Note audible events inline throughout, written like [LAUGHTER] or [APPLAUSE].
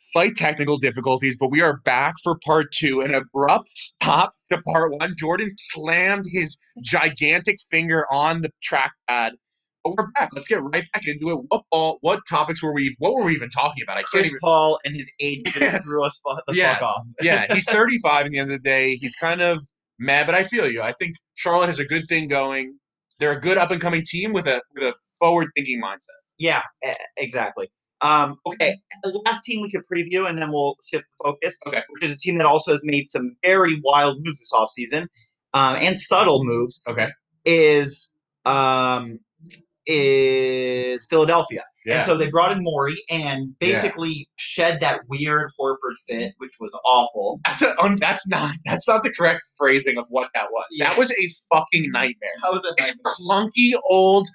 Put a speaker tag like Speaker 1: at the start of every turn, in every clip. Speaker 1: Slight technical difficulties, but we are back for part two. An abrupt stop to part one. Jordan slammed his gigantic finger on the trackpad. But we're back. Let's get right back into it. What ball? What topics were we? What were we even talking about? I can't
Speaker 2: Chris
Speaker 1: even.
Speaker 2: Paul and his agent
Speaker 1: [LAUGHS]
Speaker 2: just threw us fu- the
Speaker 1: Yeah.
Speaker 2: fuck off. [LAUGHS]
Speaker 1: Yeah, he's 35. In the end of the day, he's kind of mad, but I feel you. I think Charlotte has a good thing going. They're a good up and coming team with a with a forward thinking mindset.
Speaker 2: Yeah, e- exactly. Um, okay,
Speaker 1: Mm-hmm.
Speaker 2: the last team we could preview, and then we'll shift the focus.
Speaker 1: Okay.
Speaker 2: which is a team that also has made some very wild moves this offseason, um, and subtle moves.
Speaker 1: Okay.
Speaker 2: is um, is Philadelphia. And so they brought in Maury and
Speaker 1: Yeah.
Speaker 2: basically shed that weird Horford fit, which was awful.
Speaker 1: That's a, um, that's not that's not the correct phrasing of what that was. That
Speaker 2: Yeah.
Speaker 1: was a fucking nightmare.
Speaker 2: How was that?
Speaker 1: This clunky old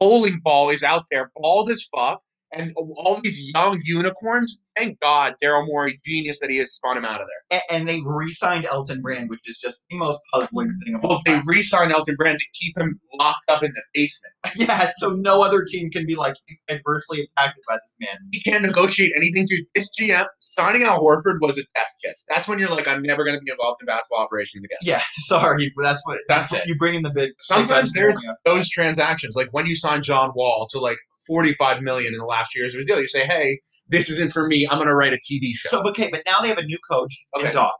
Speaker 1: bowling ball is out there, bald as fuck, and all these young unicorns. Thank God, Daryl Morey, genius that he has spun him out of there.
Speaker 2: And, and they re-signed Elton Brand, which is just the most puzzling
Speaker 1: Mm-hmm.
Speaker 2: thing of all
Speaker 1: Well, they
Speaker 2: time.
Speaker 1: re-signed Elton Brand to keep him locked up in the basement.
Speaker 2: [LAUGHS] yeah, so no other team can be like adversely impacted by this man.
Speaker 1: He can't negotiate anything, dude. This GM signing out Horford was a death kiss. That's when you're like, I'm never going to be involved in basketball operations again.
Speaker 2: Yeah, [LAUGHS] sorry, but that's what
Speaker 1: That's it.
Speaker 2: You bring in the big.
Speaker 1: Sometimes there's
Speaker 2: Yeah.
Speaker 1: those transactions, like when you sign John Wall to like 45 million in the last few years of his deal, you say, "Hey, this isn't for me. I'm going to write a TV show."
Speaker 2: So okay, but now they have a new coach
Speaker 1: Okay.
Speaker 2: and dog.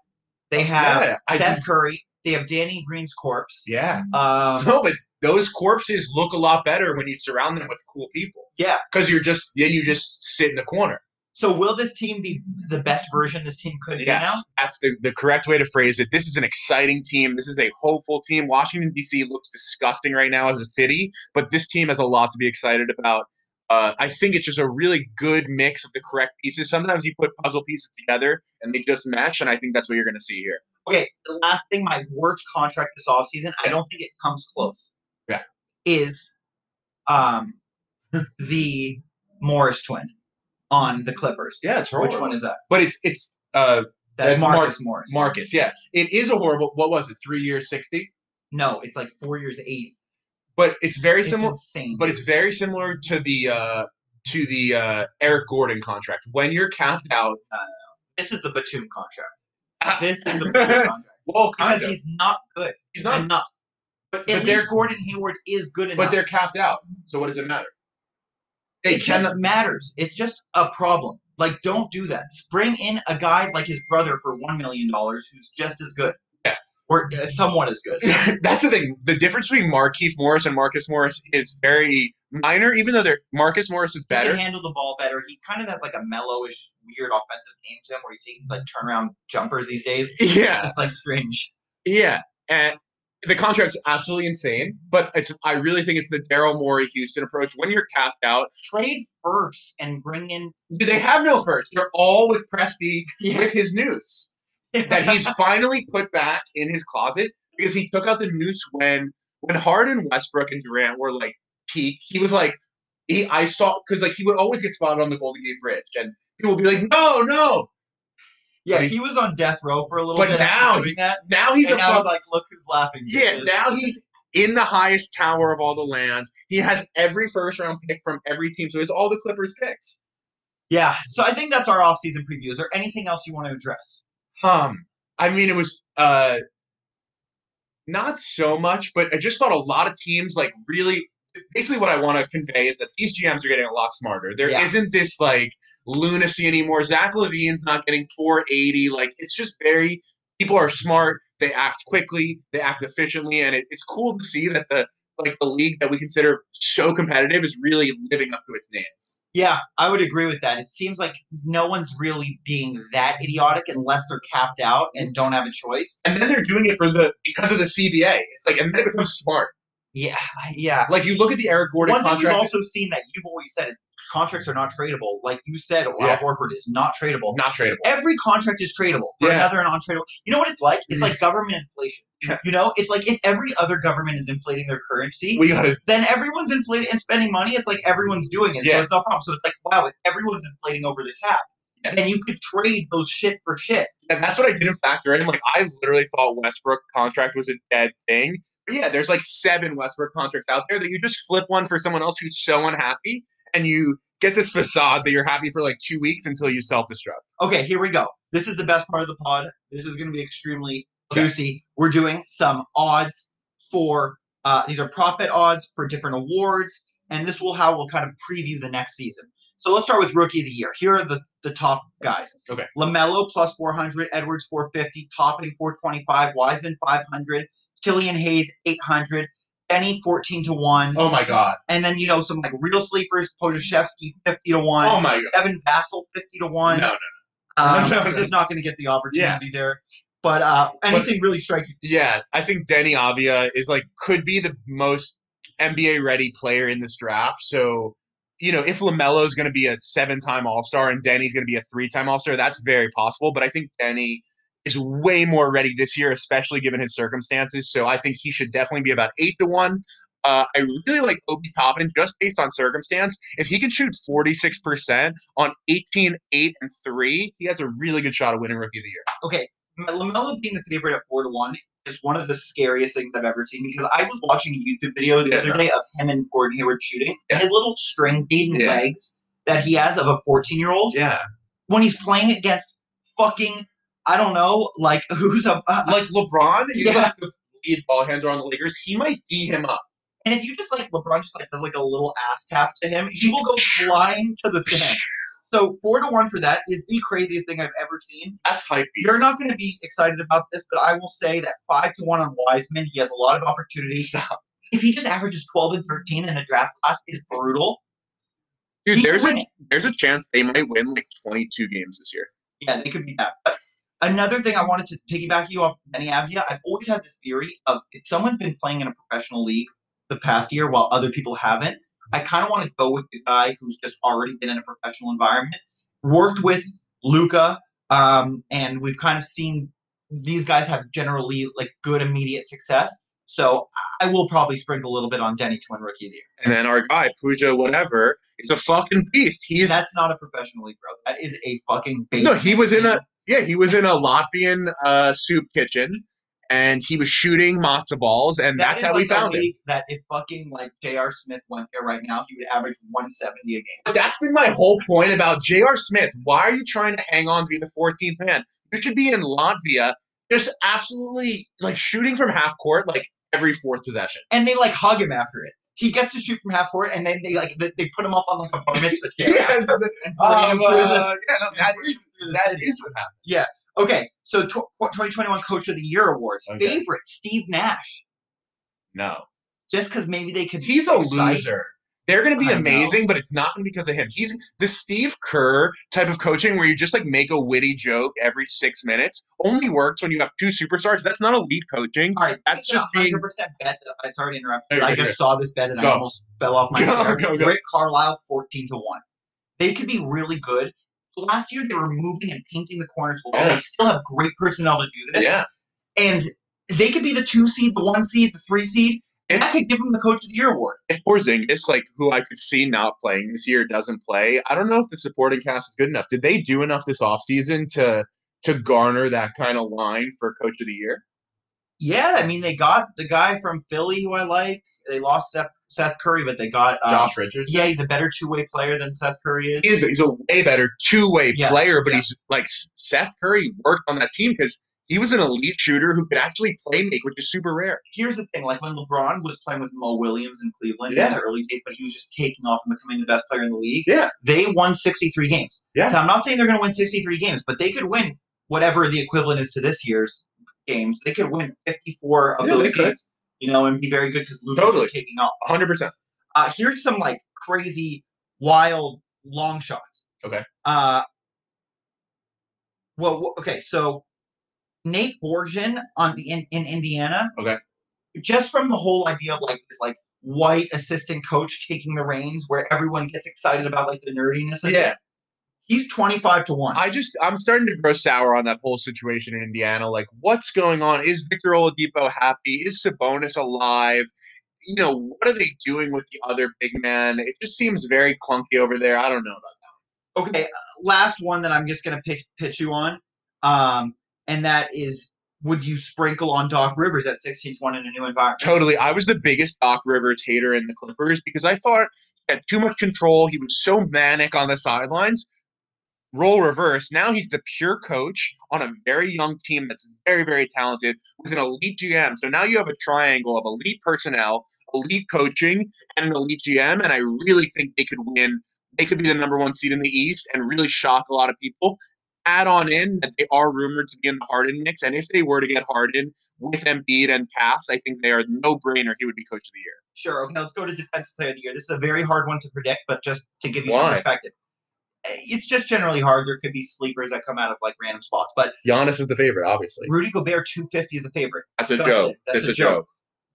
Speaker 2: They have
Speaker 1: Yeah, I-
Speaker 2: Seth Curry. They have Danny Green's [LAUGHS] corpse.
Speaker 1: yeah,
Speaker 2: Um,
Speaker 1: no, but those corpses look a lot better when you surround them with cool people
Speaker 2: yeah.
Speaker 1: because you're just then you just sit in the corner.
Speaker 2: So will this team be the best version this team could be now?
Speaker 1: that's the, the correct way to phrase it. This is an exciting team. This is a hopeful team. Washington D.C. looks disgusting right now as a city, but this team has a lot to be excited about. Uh, I think it's just a really good mix of the correct pieces. Sometimes you put puzzle pieces together and they just match, and I think that's what you're going to see here.
Speaker 2: okay, the last thing, my worst contract this offseason, I don't think it comes close.
Speaker 1: Yeah.
Speaker 2: Is um [LAUGHS] the Morris twin on the Clippers.
Speaker 1: Yeah, it's
Speaker 2: Which one is that?
Speaker 1: But it's it's uh,
Speaker 2: That's,
Speaker 1: That's Mar-
Speaker 2: Marcus Morris.
Speaker 1: Marcus. Yeah, it is a horrible. What was it? Three years, sixty.
Speaker 2: no, it's like four years eighty.
Speaker 1: But it's very
Speaker 2: It's
Speaker 1: similar.
Speaker 2: insane.
Speaker 1: but it's very similar to the uh, to the uh, Eric Gordon contract. When you're capped out,
Speaker 2: this is the Batum contract.
Speaker 1: Ah.
Speaker 2: This
Speaker 1: [LAUGHS]
Speaker 2: is the Batum contract.
Speaker 1: well, kind
Speaker 2: Because
Speaker 1: of,
Speaker 2: he's not good
Speaker 1: he's not
Speaker 2: enough. But,
Speaker 1: but
Speaker 2: at
Speaker 1: they're-
Speaker 2: least Gordon Hayward is good enough.
Speaker 1: But they're capped out. So what does it matter? They
Speaker 2: it
Speaker 1: cannot. [LAUGHS]
Speaker 2: just matters. It's just a problem. Like, don't do that. Bring in a guy like his brother for one million dollars, who's just as good,
Speaker 1: Yeah.
Speaker 2: or uh, somewhat as good.
Speaker 1: That's the thing. The difference between Markeith Morris and Marcus Morris is very minor, even though they're Marcus Morris is
Speaker 2: He
Speaker 1: better.
Speaker 2: can handle the ball better. He kind of has like a mellowish, weird offensive game to him, where he takes like turnaround jumpers these days.
Speaker 1: [LAUGHS] Yeah,
Speaker 2: It's like strange.
Speaker 1: yeah. And the contract's absolutely insane, but it's. I really think it's the Daryl Morey Houston approach. When you're capped out,
Speaker 2: Trade first and bring in
Speaker 1: do they have no first? They're all with Presti with his news.
Speaker 2: [LAUGHS]
Speaker 1: that he's finally put back in his closet because he took out the noose when when Harden, Westbrook, and Durant were like peak. He was like, he I saw because like he would always get spotted on the Golden Gate Bridge, and people would be like, no, no.
Speaker 2: yeah,
Speaker 1: but he-
Speaker 2: he was on death row for a little
Speaker 1: But
Speaker 2: bit.
Speaker 1: now
Speaker 2: after
Speaker 1: he-
Speaker 2: doing that,
Speaker 1: Now he's
Speaker 2: and
Speaker 1: a
Speaker 2: now
Speaker 1: fuck-
Speaker 2: it's like, look who's laughing.
Speaker 1: yeah.
Speaker 2: bitches.
Speaker 1: Now he's in the highest tower of all the land. He has every first round pick from every team, so it's all the Clippers picks.
Speaker 2: yeah. So I think that's our offseason preview. Is there anything else you want to address?
Speaker 1: Um, I mean, it was uh, not so much, but I just thought a lot of teams like really. Basically, what I want to convey is that these GMs are getting a lot smarter. There
Speaker 2: Yeah.
Speaker 1: not this like lunacy anymore. Zach Levine's not getting 480. Like it's just very people are smart. They act quickly. They act efficiently, and it, it's cool to see that the like the league that we consider so competitive is really living up to its name.
Speaker 2: Yeah, I would agree with that. It seems like no one's really being that idiotic unless they're capped out and don't have a choice.
Speaker 1: And then they're doing it for the because of the CBA. It's like and then it becomes smart.
Speaker 2: Yeah, yeah.
Speaker 1: Like you look at the Eric Gordon
Speaker 2: One thing
Speaker 1: contract.
Speaker 2: we've also seen that you've always said is contracts are not tradable. Like you said, Al
Speaker 1: Yeah.
Speaker 2: Horford is not tradable.
Speaker 1: not tradable.
Speaker 2: Every contract is tradable for
Speaker 1: Yeah.
Speaker 2: another non-tradable. You know what it's like? It's
Speaker 1: Mhm.
Speaker 2: like government inflation.
Speaker 1: Yeah.
Speaker 2: You know, it's like if every other government is inflating their currency,
Speaker 1: We gotta
Speaker 2: then everyone's inflating and spending money. It's like everyone's doing it,
Speaker 1: Yeah.
Speaker 2: so it's no problem. So it's like, wow, if everyone's inflating over the cap,
Speaker 1: Yeah.
Speaker 2: then you could trade those shit for shit.
Speaker 1: and that's what I didn't factor in. Like I literally thought Westbrook contract was a dead thing. But yeah, there's like seven Westbrook contracts out there that you just flip one for someone else who's so unhappy and you get this facade that you're happy for like two weeks until you self destruct.
Speaker 2: Okay, here we go. This is the best part of the pod. This is going to be extremely
Speaker 1: Okay.
Speaker 2: juicy. We're doing some odds for uh, these are profit odds for different awards, and this will how we'll kind of preview the next season. So let's start with rookie of the year. Here are the, the top guys.
Speaker 1: Okay.
Speaker 2: Lamelo plus four hundred, Edwards four fifty, Topping four twenty five, Wiseman five hundred, Killian Hayes eight hundred, Benny fourteen to one,
Speaker 1: Oh my god.
Speaker 2: and then you know some like real sleepers, Podashevsky fifty to one.
Speaker 1: Oh my
Speaker 2: Evan Vassell fifty to
Speaker 1: god.
Speaker 2: one.
Speaker 1: No, no.
Speaker 2: Um,
Speaker 1: No, no,
Speaker 2: he's
Speaker 1: no.
Speaker 2: just not going to get the opportunity there. But uh, anything really striking.
Speaker 1: Yeah, I think Denny Avia is like could be the most NBA ready player in this draft. So, you know, if LaMelo is going to be a seven time All Star and Denny's going to be a three time All Star, that's very possible. But I think Denny is way more ready this year, especially given his circumstances. So I think he should definitely be about eight to one. Uh, I really like Obi Toppin just based on circumstance. If he can shoot 46% on 18, 8, and 3, he has a really good shot of winning Rookie of the Year.
Speaker 2: Okay,
Speaker 1: Mm-hmm.
Speaker 2: Lamelo being the favorite at four to one is one of the scariest things I've ever seen because I was watching a YouTube video the
Speaker 1: Yeah,
Speaker 2: other day of him and Gordon Hayward shooting.
Speaker 1: Yeah.
Speaker 2: His little string beaten
Speaker 1: Yeah.
Speaker 2: legs that he has of a fourteen year old
Speaker 1: Yeah.
Speaker 2: when he's playing against fucking I don't know like [LAUGHS] who's a. Uh,
Speaker 1: like LeBron is
Speaker 2: Yeah.
Speaker 1: like the lead ball handler on the Lakers. He might D him up.
Speaker 2: and if you just like LeBron just like does like a little ass tap to him, he will go flying to
Speaker 1: [LAUGHS]
Speaker 2: the sand. So four to one for that is the craziest thing I've ever seen.
Speaker 1: That's hype.
Speaker 2: You're not going to be excited about this, but I will say that five to one on Wiseman, he has a lot of opportunities. If he just averages twelve and thirteen in the draft class, is brutal.
Speaker 1: dude.
Speaker 2: He could
Speaker 1: There's
Speaker 2: win
Speaker 1: a
Speaker 2: it.
Speaker 1: there's a chance they might win like 22 games this year.
Speaker 2: yeah, they could be that. But another thing I wanted to piggyback you off Benny Avia, I've always had this theory of if someone's been playing in a professional league the past year while other people haven't, I kind of want to go with the guy who's just already been in a professional environment, worked with Luca, um, and we've kind of seen these guys have generally like good immediate success. So I- I will probably sprinkle a little bit on Denny Twin Rookie of the Year.
Speaker 1: And then our guy Puja, whatever, is a fucking beast. He's
Speaker 2: That's not a professional league, bro. That is a fucking base.
Speaker 1: no, he was in a yeah, he was in a Latvian uh, soup kitchen, and he was shooting matzo balls, and
Speaker 2: That
Speaker 1: that's
Speaker 2: is
Speaker 1: how we
Speaker 2: like a
Speaker 1: found him.
Speaker 2: league That if fucking like J.R. Smith went there right now, he would average 170 a game.
Speaker 1: But that's been my whole point about J.R. Smith. Why are you trying to hang on to be the 14th man? You should be in Latvia, just absolutely like shooting from half court, like every fourth possession.
Speaker 2: And they like hug him after it. He gets to shoot from half court, and then they like they, they put him up on like a bar mitzvah
Speaker 1: [LAUGHS]
Speaker 2: chair.
Speaker 1: Yeah,
Speaker 2: after and bring him
Speaker 1: Um,
Speaker 2: through the-
Speaker 1: [LAUGHS] uh,
Speaker 2: [LAUGHS]
Speaker 1: yeah, no, that
Speaker 2: bring him
Speaker 1: is
Speaker 2: through the
Speaker 1: that
Speaker 2: city.
Speaker 1: is what happened.
Speaker 2: okay. So tw- 2021 Coach of the Year awards
Speaker 1: Okay.
Speaker 2: favorite Steve Nash.
Speaker 1: No,
Speaker 2: Just because maybe they could.
Speaker 1: he's a
Speaker 2: excite-
Speaker 1: loser. They're going to be
Speaker 2: I know.
Speaker 1: amazing, but it's not going to be because of him. He's the Steve Kerr type of coaching where you just like make a witty joke every six minutes. Only works when you have two superstars. That's not elite coaching.
Speaker 2: All right,
Speaker 1: That's
Speaker 2: this is
Speaker 1: just
Speaker 2: a
Speaker 1: being-
Speaker 2: 100% bet that I sorry to interrupt.
Speaker 1: No,
Speaker 2: but
Speaker 1: you're
Speaker 2: I
Speaker 1: good,
Speaker 2: just
Speaker 1: you're
Speaker 2: saw this bet and I
Speaker 1: Go.
Speaker 2: almost fell off my
Speaker 1: Go,
Speaker 2: chair.
Speaker 1: go, go.
Speaker 2: Rick Carlisle 14 to 1. They could be really good. Last year they were moving and painting the corners well. They
Speaker 1: Yeah.
Speaker 2: still have great personnel to do this.
Speaker 1: Yeah,
Speaker 2: And they could be the two seed, the one seed, the three seed. And I could give them the coach of the year award.
Speaker 1: if Porzingis, like who I could see not playing this year, doesn't play, I don't know if the supporting cast is good enough. Did they do enough this offseason to to garner that kind of line for Coach of the Year?
Speaker 2: Yeah, I mean they got the guy from Philly who I like. They lost Seth Seth Curry, but they got um,
Speaker 1: Josh Richards.
Speaker 2: Yeah, he's a better two way player than Seth Curry is.
Speaker 1: He is, he's a way better two way
Speaker 2: Yeah,
Speaker 1: player, but
Speaker 2: yeah.
Speaker 1: he's like Seth Curry worked on that team because he was an elite shooter who could actually play make, which is super rare.
Speaker 2: here's the thing: like when LeBron was playing with Mo Williams in Cleveland in
Speaker 1: Yeah.
Speaker 2: his early days, but he was just taking off and becoming the best player in the league.
Speaker 1: Yeah.
Speaker 2: they won 63 games.
Speaker 1: Yeah.
Speaker 2: so I'm not saying they're going to win 63 games, but they could win whatever the equivalent is to this year's games. They could win 54 of
Speaker 1: Yeah,
Speaker 2: those
Speaker 1: they could.
Speaker 2: games, you know, and be very good because Luka
Speaker 1: Totally.
Speaker 2: is taking off.
Speaker 1: 100%.
Speaker 2: Uh, here's some like crazy, wild long shots.
Speaker 1: Okay.
Speaker 2: Uh, well, wh- okay, so Nate Borgen on the in, in Indiana.
Speaker 1: Okay.
Speaker 2: Just from the whole idea of like this, like white assistant coach taking the reins, where everyone gets excited about like the nerdiness. Of
Speaker 1: Yeah.
Speaker 2: it, he's twenty five to one.
Speaker 1: I just, I'm starting to grow sour on that whole situation in Indiana. Like, what's going on? Is Victor Oladipo happy? Is Sabonis alive? You know, what are they doing with the other big man? It just seems very clunky over there. I don't know about
Speaker 2: okay, uh, last one that I'm just gonna pitch, pitch you on, um, and that is, would you sprinkle on Doc Rivers at sixteen to one in a new environment?
Speaker 1: Totally. I was the biggest Doc Rivers hater in the Clippers because I thought had too much control. He was so manic on the sidelines. Role reverse. Now he's the pure coach on a very young team that's very, very talented with an elite GM. So now you have a triangle of elite personnel, elite coaching, and an elite GM. And I really think they could win. They could be the number one seed in the East and really shock a lot of people. Add on in that they are rumored to be in the Harden mix. And if they were to get Harden with Embiid and Cass, I think they are no brainer. He would be coach of the year.
Speaker 2: Sure. Okay, let's go to defensive player of the year. This is a very hard one to predict, but just to give you
Speaker 1: Why?
Speaker 2: some perspective, Eh, it's just generally hard. There could be sleepers that come out of like random spots, but
Speaker 1: Giannis is the favorite, obviously.
Speaker 2: Rudy Gobert 250 is a favorite.
Speaker 1: That's a
Speaker 2: That's
Speaker 1: joke.
Speaker 2: it. That's
Speaker 1: That's
Speaker 2: a
Speaker 1: a joke.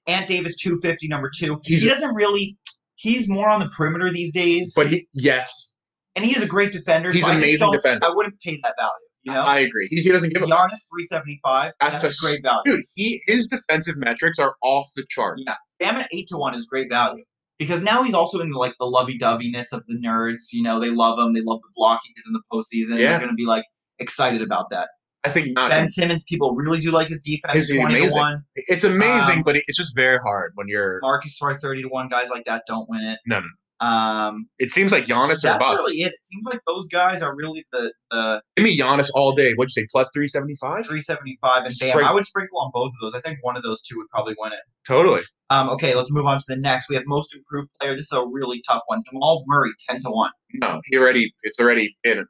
Speaker 2: Ant Davis 250 number two.
Speaker 1: He's
Speaker 2: he
Speaker 1: a-
Speaker 2: doesn't really. He's more on the perimeter these days,
Speaker 1: But he, yes,
Speaker 2: and he is a great defender.
Speaker 1: He's
Speaker 2: so I
Speaker 1: an
Speaker 2: just
Speaker 1: amazing
Speaker 2: don't-
Speaker 1: defender.
Speaker 2: I wouldn't pay that value. You know,
Speaker 1: I agree. He, he doesn't give a
Speaker 2: Giannis 375.
Speaker 1: That's
Speaker 2: That's,
Speaker 1: a
Speaker 2: a great value.
Speaker 1: dude. He his defensive metrics are off the chart.
Speaker 2: Yeah. Bam at eight to one is great value because now he's also into like the lovey doveyness of the nerds. You know, they love him. They love the block he did in the postseason.
Speaker 1: Yeah.
Speaker 2: They're going to be like excited about that.
Speaker 1: I think not.
Speaker 2: Ben Simmons, people really do like his defense.
Speaker 1: He's
Speaker 2: Twenty
Speaker 1: amazing.
Speaker 2: to one.
Speaker 1: It's amazing,
Speaker 2: Um, uh,
Speaker 1: but it- it's just very hard when you're.
Speaker 2: Marcus Roy thirty to one. Guys like that don't win it.
Speaker 1: No, no.
Speaker 2: Um,
Speaker 1: It seems like Giannis or
Speaker 2: that's
Speaker 1: bust.
Speaker 2: really it. It seems like those guys are really the, the
Speaker 1: Give me Giannis all day. What'd you say? Plus three seventy five.
Speaker 2: 375 and Bam.
Speaker 1: Sprinkle.
Speaker 2: I would sprinkle on both of those. I think one of those two would probably win it.
Speaker 1: Totally.
Speaker 2: Um, okay, let's move on to the next. We have most improved player. This is a really tough one. Jamal Murray, 10 to 1.
Speaker 1: No, he already. It's already been.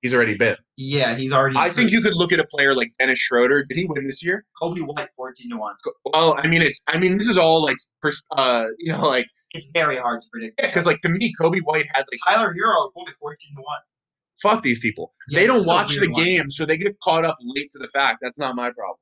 Speaker 1: He's already been.
Speaker 2: Mm-hmm. Yeah, he's already.
Speaker 1: I think
Speaker 2: improved.
Speaker 1: you could look at a player like Dennis Schroeder. Did he win this year?
Speaker 2: Kobe White, 14 to 1.
Speaker 1: Well, I mean, it's. I mean, this is all like, pers- uh, you know, like
Speaker 2: It's very hard to predict.
Speaker 1: because like to me, Kobe White had like
Speaker 2: Tyler Hero, boy, 14 to 1.
Speaker 1: fuck these people.
Speaker 2: Yeah,
Speaker 1: they
Speaker 2: this
Speaker 1: don't
Speaker 2: is a
Speaker 1: watch
Speaker 2: weird
Speaker 1: the
Speaker 2: one.
Speaker 1: game, so they get caught up late to the fact. That's not my problem.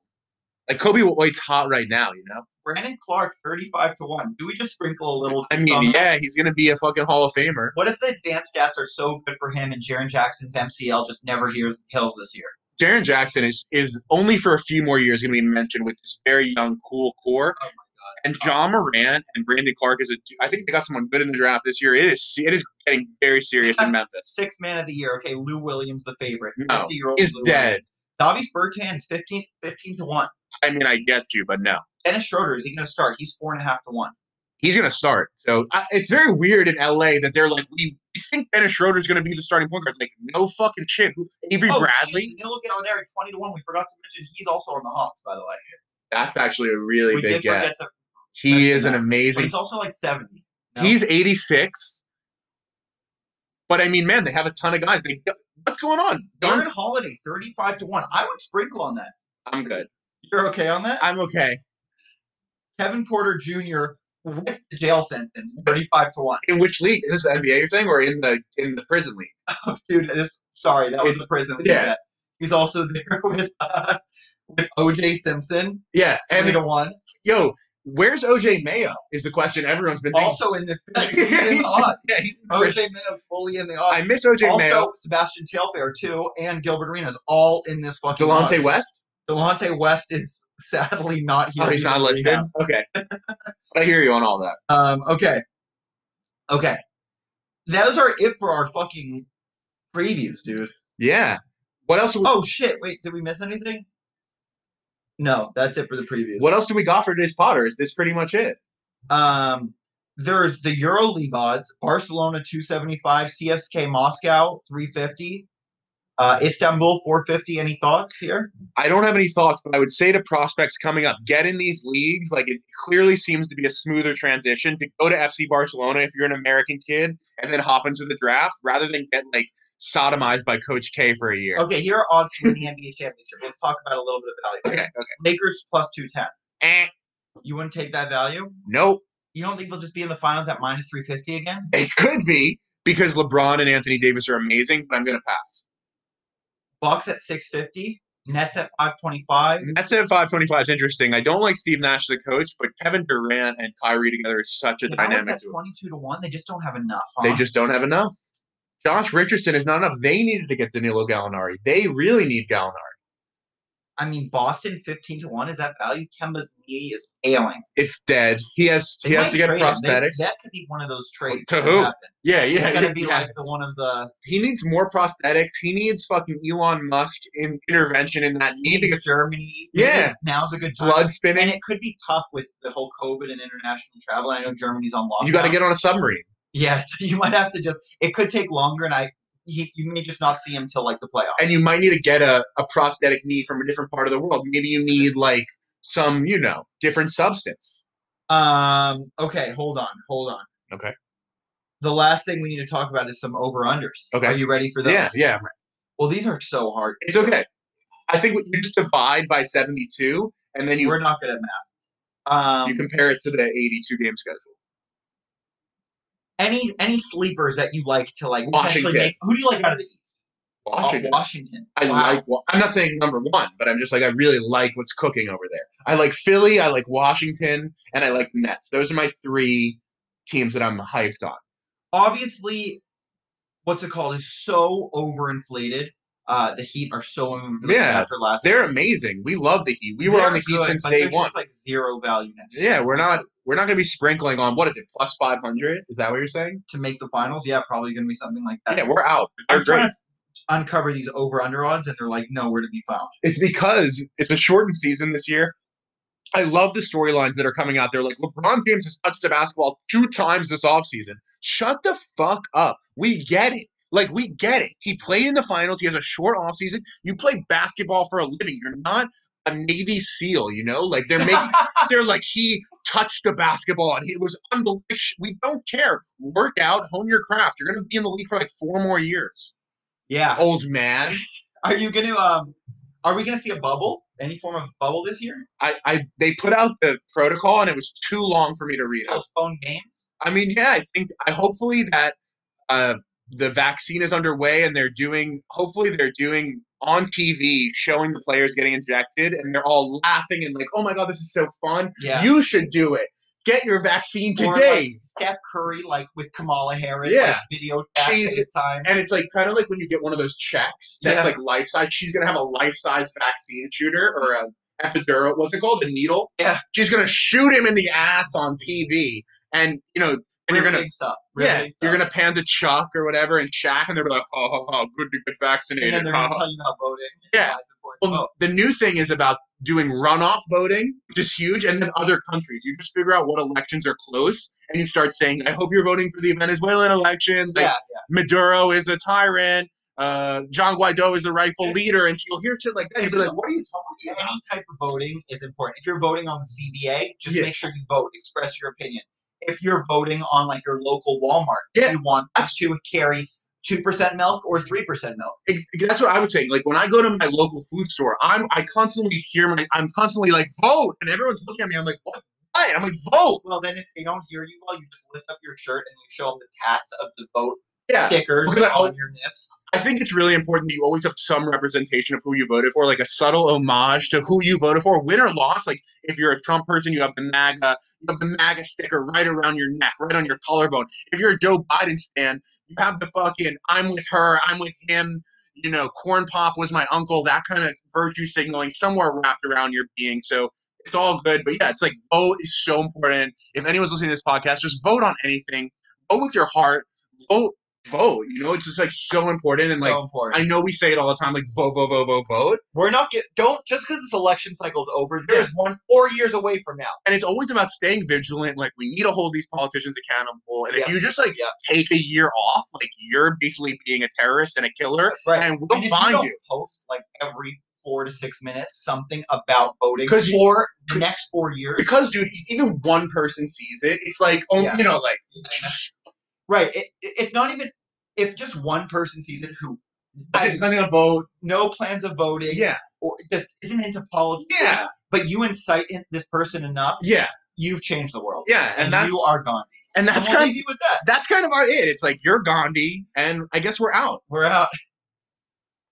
Speaker 1: Like Kobe White's hot right now, you know.
Speaker 2: Brandon Clark, 35 to 1. Do we just sprinkle a little?
Speaker 1: I mean,
Speaker 2: on that?
Speaker 1: yeah, he's gonna be a fucking Hall of Famer.
Speaker 2: What if the advanced stats are so good for him and Jaron Jackson's MCL just never hears hills this year?
Speaker 1: Jaron Jackson is is only for a few more years gonna be mentioned with this very young, cool core.
Speaker 2: Oh my
Speaker 1: And John Morant and Brandon Clark is a. I think they got someone good in the draft this year. It is it is getting very serious
Speaker 2: [LAUGHS]
Speaker 1: in Memphis.
Speaker 2: Sixth man of the year. Okay, Lou Williams, the favorite.
Speaker 1: No,
Speaker 2: 50 year old.
Speaker 1: Is dead.
Speaker 2: Davies Bertans, 15, 15 to 1.
Speaker 1: I mean, I get you, but no.
Speaker 2: Dennis Schroeder, is he going to start? He's four and a half to one.
Speaker 1: he's going to start. So I, it's very weird in LA that they're like, we, we think Dennis Schroeder's going to be the starting point guard. Like, no fucking shit. Who- Avery
Speaker 2: Oh,
Speaker 1: Bradley.
Speaker 2: shit, Danilo Gallinari, twenty to one. We forgot to mention he's also on the Hawks, by the way.
Speaker 1: That's actually a really
Speaker 2: we
Speaker 1: big
Speaker 2: did forget
Speaker 1: get.
Speaker 2: to,
Speaker 1: He
Speaker 2: mention
Speaker 1: is an
Speaker 2: that. but
Speaker 1: amazing.
Speaker 2: he's also like seventy. no?
Speaker 1: He's 86. But I mean, man, they have a ton of guys. They what's going on?
Speaker 2: Darren
Speaker 1: Dunk?
Speaker 2: Holiday, thirty-five to one. I would sprinkle on that.
Speaker 1: I'm good.
Speaker 2: You're okay on that?
Speaker 1: I'm okay.
Speaker 2: Kevin Porter Jr. with the jail sentence, thirty-five to one.
Speaker 1: In which league is this? The NBA you're saying, or in the in the prison league?
Speaker 2: Dude, this sorry, that was
Speaker 1: It's-
Speaker 2: the prison. we
Speaker 1: yeah.
Speaker 2: did. He's also there [LAUGHS] with uh, with OJ Simpson,
Speaker 1: Yeah,
Speaker 2: three
Speaker 1: and
Speaker 2: to one.
Speaker 1: yo, where's OJ Mayo? Is the question everyone's been thinking.
Speaker 2: Also in this [LAUGHS] picture, he's
Speaker 1: [LAUGHS]
Speaker 2: in the odds.
Speaker 1: yeah, he's in the prison.
Speaker 2: OJ Mayo fully in the odds.
Speaker 1: I miss OJ
Speaker 2: also,
Speaker 1: Mayo.
Speaker 2: Sebastian Tailfair too, and Gilbert Arenas all in this fucking.
Speaker 1: Delonte
Speaker 2: odds.
Speaker 1: West.
Speaker 2: Delonte West is [LAUGHS] sadly not here.
Speaker 1: Oh, he's not
Speaker 2: in
Speaker 1: listed.
Speaker 2: rehab.
Speaker 1: Okay, [LAUGHS] But I hear you on all that.
Speaker 2: Um. Okay. Okay. Those are it for our fucking previews, dude.
Speaker 1: Yeah. What else?
Speaker 2: Oh shit! Wait, did we miss anything? No, that's it for the previews.
Speaker 1: What else do we got for today's Potter? Is this pretty much it?
Speaker 2: Um. There's the EuroLeague odds: Barcelona 275, CFK Moscow 350, uh, Istanbul 450. Any thoughts here?
Speaker 1: I don't have any thoughts, but I would say to prospects coming up, get in these leagues. Like it clearly seems to be a smoother transition to go to FC Barcelona if you're an American kid, and then hop into the draft rather than get like sodomized by Coach K for a year.
Speaker 2: Okay, here are odds to win the [LAUGHS] NBA championship. Let's talk about a little bit of value.
Speaker 1: Okay.
Speaker 2: Lakers plus 210.
Speaker 1: Eh,
Speaker 2: You wouldn't take that value?
Speaker 1: nope.
Speaker 2: You don't think they'll just be in the finals at minus 350 again?
Speaker 1: It could be because LeBron and Anthony Davis are amazing, but I'm gonna pass.
Speaker 2: Bucks at 650, Nets at 525.
Speaker 1: That's at 525 is interesting. I don't like Steve Nash as a coach, but Kevin Durant and Kyrie together is such a
Speaker 2: Yeah, that was
Speaker 1: dynamic
Speaker 2: at
Speaker 1: duo.
Speaker 2: 22 to 1. They just don't have enough.
Speaker 1: They
Speaker 2: huh?
Speaker 1: just don't have enough. Josh Richardson is not enough. They needed to get Danilo Gallinari. They really need Gallinari.
Speaker 2: I mean, Boston 15 to 1. Is that value? Kemba's knee is ailing.
Speaker 1: It's dead. He has
Speaker 2: They
Speaker 1: he has
Speaker 2: might
Speaker 1: to get
Speaker 2: trade him. They-
Speaker 1: prosthetics.
Speaker 2: that could be one of those trades.
Speaker 1: To
Speaker 2: that
Speaker 1: who?
Speaker 2: happen.
Speaker 1: yeah,
Speaker 2: It's
Speaker 1: yeah.
Speaker 2: going
Speaker 1: yeah,
Speaker 2: to be
Speaker 1: yeah.
Speaker 2: like the one of the
Speaker 1: he needs more prosthetics. He needs fucking Elon Musk in, intervention in that knee
Speaker 2: maybe
Speaker 1: because
Speaker 2: Germany.
Speaker 1: Yeah.
Speaker 2: Maybe now's a good time.
Speaker 1: blood
Speaker 2: And
Speaker 1: spinning.
Speaker 2: it could be tough with the whole COVID and international travel. I know Germany's on lockdown. [LAUGHS]
Speaker 1: You got to get on a submarine.
Speaker 2: Yes, you might have to just. It could take longer, and I he, you may just not see him till like the playoffs.
Speaker 1: And you might need to get a, a prosthetic knee from a different part of the world. Maybe you need like some, you know, different substance.
Speaker 2: Um. Okay, hold on, hold on.
Speaker 1: Okay.
Speaker 2: The last thing we need to talk about is some over unders.
Speaker 1: Okay.
Speaker 2: Are you ready for those?
Speaker 1: Yeah, yeah.
Speaker 2: Well, these are so hard.
Speaker 1: It's okay. I think what- you just divide by 72 and then you,
Speaker 2: We're not good at math. Um.
Speaker 1: you compare it to the 82 game schedule.
Speaker 2: any any sleepers that you like to like potentially
Speaker 1: Washington.
Speaker 2: make? Who do you like out of the East? Uh,
Speaker 1: Washington.
Speaker 2: Washington.
Speaker 1: I
Speaker 2: Wow.
Speaker 1: like. Wa- I'm not saying number one, but I'm just like I really like what's cooking over there. I like Philly, I like Washington, and I like the Nets. Those are my three teams that I'm hyped on.
Speaker 2: obviously what's it called is so overinflated. Uh, the Heat are so overinflated
Speaker 1: Yeah,
Speaker 2: after last.
Speaker 1: They're amazing. We love the Heat. We were on the
Speaker 2: They're
Speaker 1: Heat
Speaker 2: good,
Speaker 1: since
Speaker 2: but
Speaker 1: day
Speaker 2: there's
Speaker 1: one.
Speaker 2: Just like zero value next year
Speaker 1: yeah, we're not. We're not going to be sprinkling on what is it plus 500? Is that what you're saying?
Speaker 2: to make the finals. Yeah, probably going to be something like that.
Speaker 1: Yeah, we're out. They're
Speaker 2: I'm trying
Speaker 1: great.
Speaker 2: to uncover these over under odds, and they're like nowhere to be found.
Speaker 1: It's because it's a shortened season this year. I love the storylines that are coming out there. Like LeBron James has touched the basketball two times this offseason. Shut the fuck up. We get it. Like we get it. He played in the finals. He has a short offseason. You play basketball for a living. You're not a Navy SEAL, you know? Like they're making they're like he touched the basketball and it was unbelievable. We don't care. Work out, hone your craft. You're gonna be in the league for like four more years.
Speaker 2: [LAUGHS] yeah,
Speaker 1: Old man.
Speaker 2: are you going to? Um, are we going to see a bubble? Any form of bubble this year?
Speaker 1: I, I they put out the protocol and it was too long for me to read. I was
Speaker 2: Postpone games.
Speaker 1: I mean, yeah, I think I hopefully that uh, the vaccine is underway and they're doing. Hopefully, they're doing on TV showing the players getting injected and they're all laughing and like, "Oh my god, this is so fun!
Speaker 2: Yeah.
Speaker 1: You should do it. Get your vaccine
Speaker 2: Or, like,
Speaker 1: today."
Speaker 2: Steph Curry, like with Kamala Harris,
Speaker 1: Yeah.
Speaker 2: like, video chat
Speaker 1: She's-
Speaker 2: FaceTime.
Speaker 1: and it's like kind of like when you get one of those checks that's
Speaker 2: Yeah.
Speaker 1: like life size. She's gonna have a life size vaccine shooter or a epidural. What's it called? A needle.
Speaker 2: Yeah.
Speaker 1: She's gonna shoot him in the ass on TV, and you know, and you're gonna
Speaker 2: Riveting stuff.
Speaker 1: Yeah,
Speaker 2: riveting stuff.
Speaker 1: you're gonna pan to Chuck or whatever and Shaq, and they're like, "Oh, oh, oh good to get
Speaker 2: and
Speaker 1: vaccinated."
Speaker 2: then they're
Speaker 1: ha,
Speaker 2: gonna Oh.
Speaker 1: ha."
Speaker 2: tell you about voting.
Speaker 1: Yeah.
Speaker 2: Why it's important.
Speaker 1: Well, the new thing is about doing runoff voting, which is huge, and then other countries. You just figure out what elections are close, and you start saying, "I hope you're voting for the Venezuelan election."
Speaker 2: Oh,
Speaker 1: Like,
Speaker 2: yeah,
Speaker 1: Maduro is a tyrant. Uh, John Guaido is the rightful leader, and you'll hear shit like that. You'll be like, "What are you talking
Speaker 2: yeah.
Speaker 1: about?"
Speaker 2: Any type of voting is important. If you're voting on the CBA, just
Speaker 1: Yeah.
Speaker 2: make sure you vote. Express your opinion. If you're voting on like your local Walmart,
Speaker 1: Yeah.
Speaker 2: you want them to carry two percent milk or three percent milk.
Speaker 1: Ex- that's what I would say. Like when I go to my local food store, I'm I constantly hear my I'm constantly like vote, and everyone's looking at me. I'm like, "What?" What? I'm like, vote.
Speaker 2: Well, then if they don't hear you well, you just lift up your shirt and you show them the tats of the vote
Speaker 1: Yeah.
Speaker 2: stickers
Speaker 1: because I al-
Speaker 2: on your nips.
Speaker 1: I think it's really important that you always have some representation of who you voted for, like a subtle homage to who you voted for, win or loss. Like if you're a Trump person, you have the MAGA, you have the MAGA sticker right around your neck, right on your collarbone. If you're a Joe Biden stand, you have the fucking "I'm with her, I'm with him." You know, corn pop was my uncle. That kind of virtue signaling somewhere wrapped around your being. So it's all good. But yeah, it's like vote is so important. If anyone's listening to this podcast, just vote on anything. Vote with your heart. Vote. Vote, you know, it's just like so important, and
Speaker 2: so
Speaker 1: like
Speaker 2: important.
Speaker 1: I know we say it all the time, like vote, vote, vote, vote, vote,
Speaker 2: We're not get don't just because this election cycle's over. There's one four years away from now.
Speaker 1: and it's always about staying vigilant. Like we need to hold these politicians accountable. And if
Speaker 2: Yeah.
Speaker 1: you just like
Speaker 2: Yeah.
Speaker 1: take a year off, like you're basically being a terrorist and a killer,
Speaker 2: Right.
Speaker 1: and we'll
Speaker 2: And if
Speaker 1: find
Speaker 2: don't
Speaker 1: you.
Speaker 2: Post like every four to six minutes something about voting
Speaker 1: 'Cause you-
Speaker 2: for the
Speaker 1: c-
Speaker 2: next four years.
Speaker 1: Because, dude, if even one person sees it, it's like, oh,
Speaker 2: Yeah.
Speaker 1: you know, like
Speaker 2: right. It, it- it's not even if just one person sees it who
Speaker 1: there's
Speaker 2: has
Speaker 1: nothing to vote.
Speaker 2: no plans of voting
Speaker 1: Yeah,
Speaker 2: or just isn't into politics.
Speaker 1: yeah,
Speaker 2: But you incite in- this person enough,
Speaker 1: yeah,
Speaker 2: you've changed the world.
Speaker 1: yeah, and, that's
Speaker 2: you are gone.
Speaker 1: and that's
Speaker 2: we'll
Speaker 1: kind
Speaker 2: leave you with that.
Speaker 1: that's kind of our it. It's like you're Gandhi, and I guess we're out.
Speaker 2: We're out.